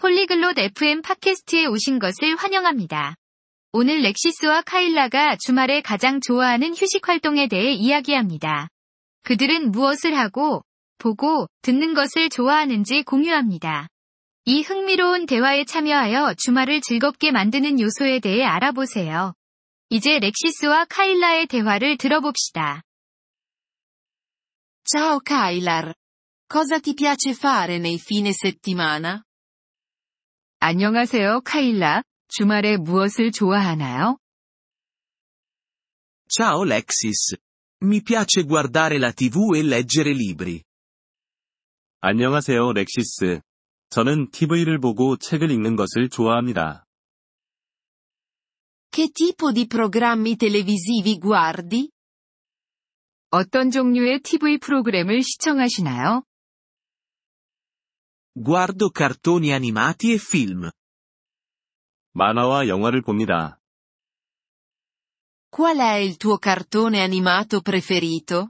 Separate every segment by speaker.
Speaker 1: 폴리글롯 FM 팟캐스트에 오신 것을 환영합니다. 오늘 렉시스와 카일라가 주말에 가장 좋아하는 휴식 활동에 대해 이야기합니다. 그들은 무엇을 하고, 보고, 듣는 것을 좋아하는지 공유합니다. 이 흥미로운 대화에 참여하여 주말을 즐겁게 만드는 요소에 대해 알아보세요. 이제 렉시스와 카일라의 대화를 들어봅시다.
Speaker 2: Ciao Kailar. Cosa ti piace fare nei fine settimana?
Speaker 1: 안녕하세요, 카일라. 주말에 무엇을 좋아하나요?
Speaker 3: Ciao Lexis. Mi piace guardare la TV e leggere libri.
Speaker 4: 안녕하세요, 렉시스. 저는 TV를 보고 책을 읽는 것을 좋아합니다.
Speaker 2: Che tipo di programmi televisivi guardi?
Speaker 1: 어떤 종류의 TV 프로그램을 시청하시나요?
Speaker 3: Guardo cartoni animati e film.
Speaker 4: 만화와 영화를 봅니다.
Speaker 2: Qual è il tuo cartone animato preferito?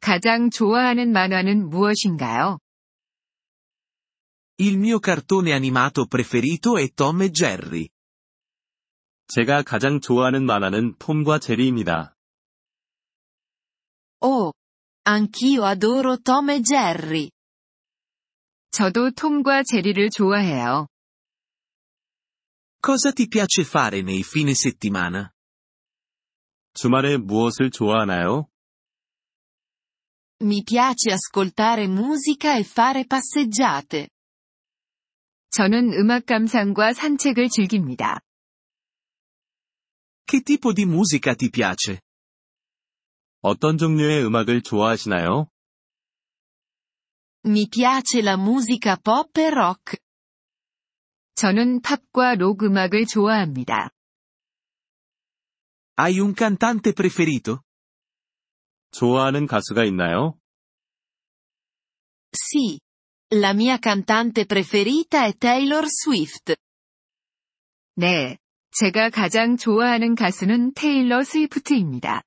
Speaker 1: 가장 좋아하는 만화는 무엇인가요?
Speaker 3: Il mio cartone animato preferito è Tom e Jerry.
Speaker 4: 제가 가장 좋아하는 만화는 톰과 제리입니다.
Speaker 2: Oh, anch'io adoro Tom e Jerry.
Speaker 1: 저도 톰과 제리를 좋아해요.
Speaker 3: Cosa ti piace fare nei fine settimana?
Speaker 4: 주말에 무엇을 좋아하나요?
Speaker 2: Mi piace ascoltare musica e fare passeggiate.
Speaker 1: 저는 음악 감상과 산책을 즐깁니다.
Speaker 3: Che tipo di musica ti piace?
Speaker 4: 어떤 종류의 음악을 좋아하시나요?
Speaker 2: Mi piace la musica pop e rock.
Speaker 1: 저는 팝과 록 음악을 좋아합니다.
Speaker 3: Hai un cantante preferito?
Speaker 4: 좋아하는 가수가 있나요?
Speaker 2: Sì. La mia cantante preferita è Taylor Swift.
Speaker 1: 네. 제가 가장 좋아하는 가수는 테일러 스위프트입니다.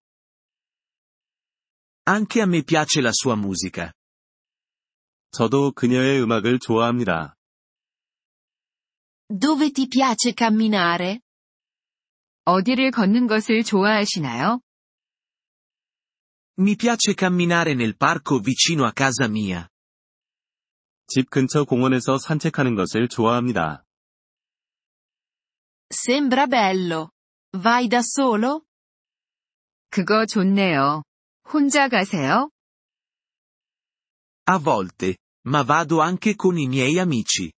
Speaker 3: Anche a me piace la sua musica.
Speaker 4: 저도 그녀의 음악을 좋아합니다.
Speaker 2: Dove ti piace camminare?
Speaker 1: 어디를 걷는 것을 좋아하시나요?
Speaker 3: Mi piace camminare nel parco vicino a casa mia.
Speaker 4: 집 근처 공원에서 산책하는 것을 좋아합니다.
Speaker 2: Sembra bello. Vai da solo?
Speaker 1: 그거 좋네요. 혼자 가세요?
Speaker 3: A volte, ma vado anche con i miei amici.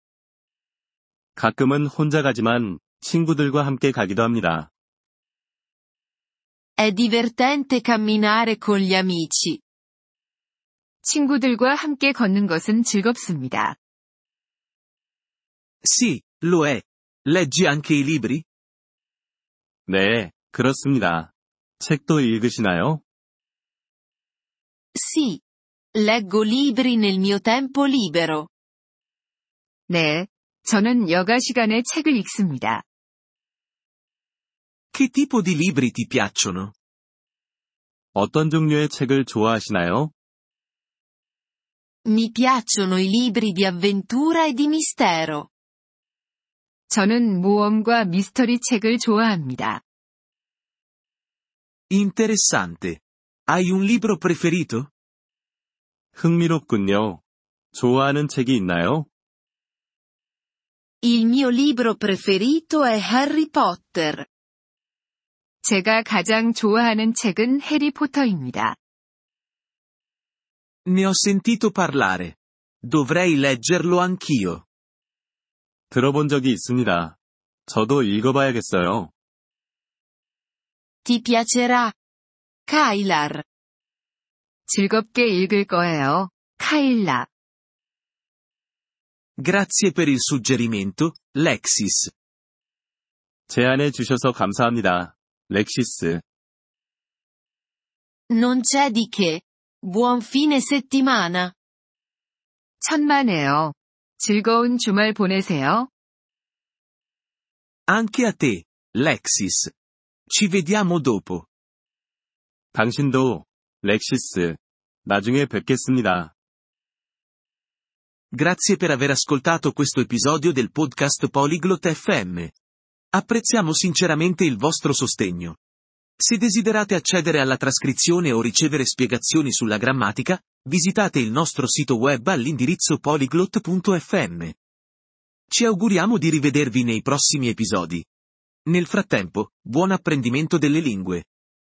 Speaker 4: 가끔은 혼자 가지만 친구들과 함께 가기도 합니다.
Speaker 2: È divertente camminare con gli amici.
Speaker 1: 친구들과 함께 걷는 것은 즐겁습니다.
Speaker 3: Sì, lo è. Leggi anche i libri?
Speaker 4: 네, 그렇습니다. 책도 읽으시나요?
Speaker 2: Sì. Leggo libri nel mio tempo libero.
Speaker 1: 네. 저는 여가 시간에 책을 읽습니다.
Speaker 3: Che tipo di libri ti piacciono?
Speaker 4: 어떤 종류의 책을 좋아하시나요?
Speaker 2: Mi piacciono i libri di avventura e di mistero.
Speaker 1: 저는 모험과 미스터리 책을 좋아합니다.
Speaker 3: Interessante. Hai un libro preferito?
Speaker 4: 흥미롭군요. 좋아하는 책이 있나요?
Speaker 2: Il mio libro preferito è Harry Potter.
Speaker 1: 제가 가장 좋아하는 책은 해리포터입니다.
Speaker 3: Ne ho sentito parlare. Dovrei leggerlo anch'io.
Speaker 4: 들어본 적이 있습니다. 저도 읽어봐야겠어요.
Speaker 2: Ti piacerà. Kailar.
Speaker 1: 즐겁게 읽을 거예요. 카일라.
Speaker 3: Grazie per il suggerimento, Lexis.
Speaker 4: 제안해 주셔서 감사합니다. 렉시스.
Speaker 2: Non c'è di che. Buon fine settimana.
Speaker 1: 천만에요. 즐거운 주말 보내세요.
Speaker 3: Anche a te, Lexis. Ci vediamo dopo.
Speaker 4: 당신도, 렉시스. 나중에 뵙겠습니다.
Speaker 3: Grazie per aver ascoltato questo episodio del podcast Polyglot FM. Apprezziamo sinceramente il vostro sostegno. Se desiderate accedere alla trascrizione o ricevere spiegazioni sulla grammatica, visitate il nostro sito web all'indirizzo polyglot.fm. Ci auguriamo di rivedervi nei prossimi episodi. Nel frattempo, buon apprendimento delle lingue.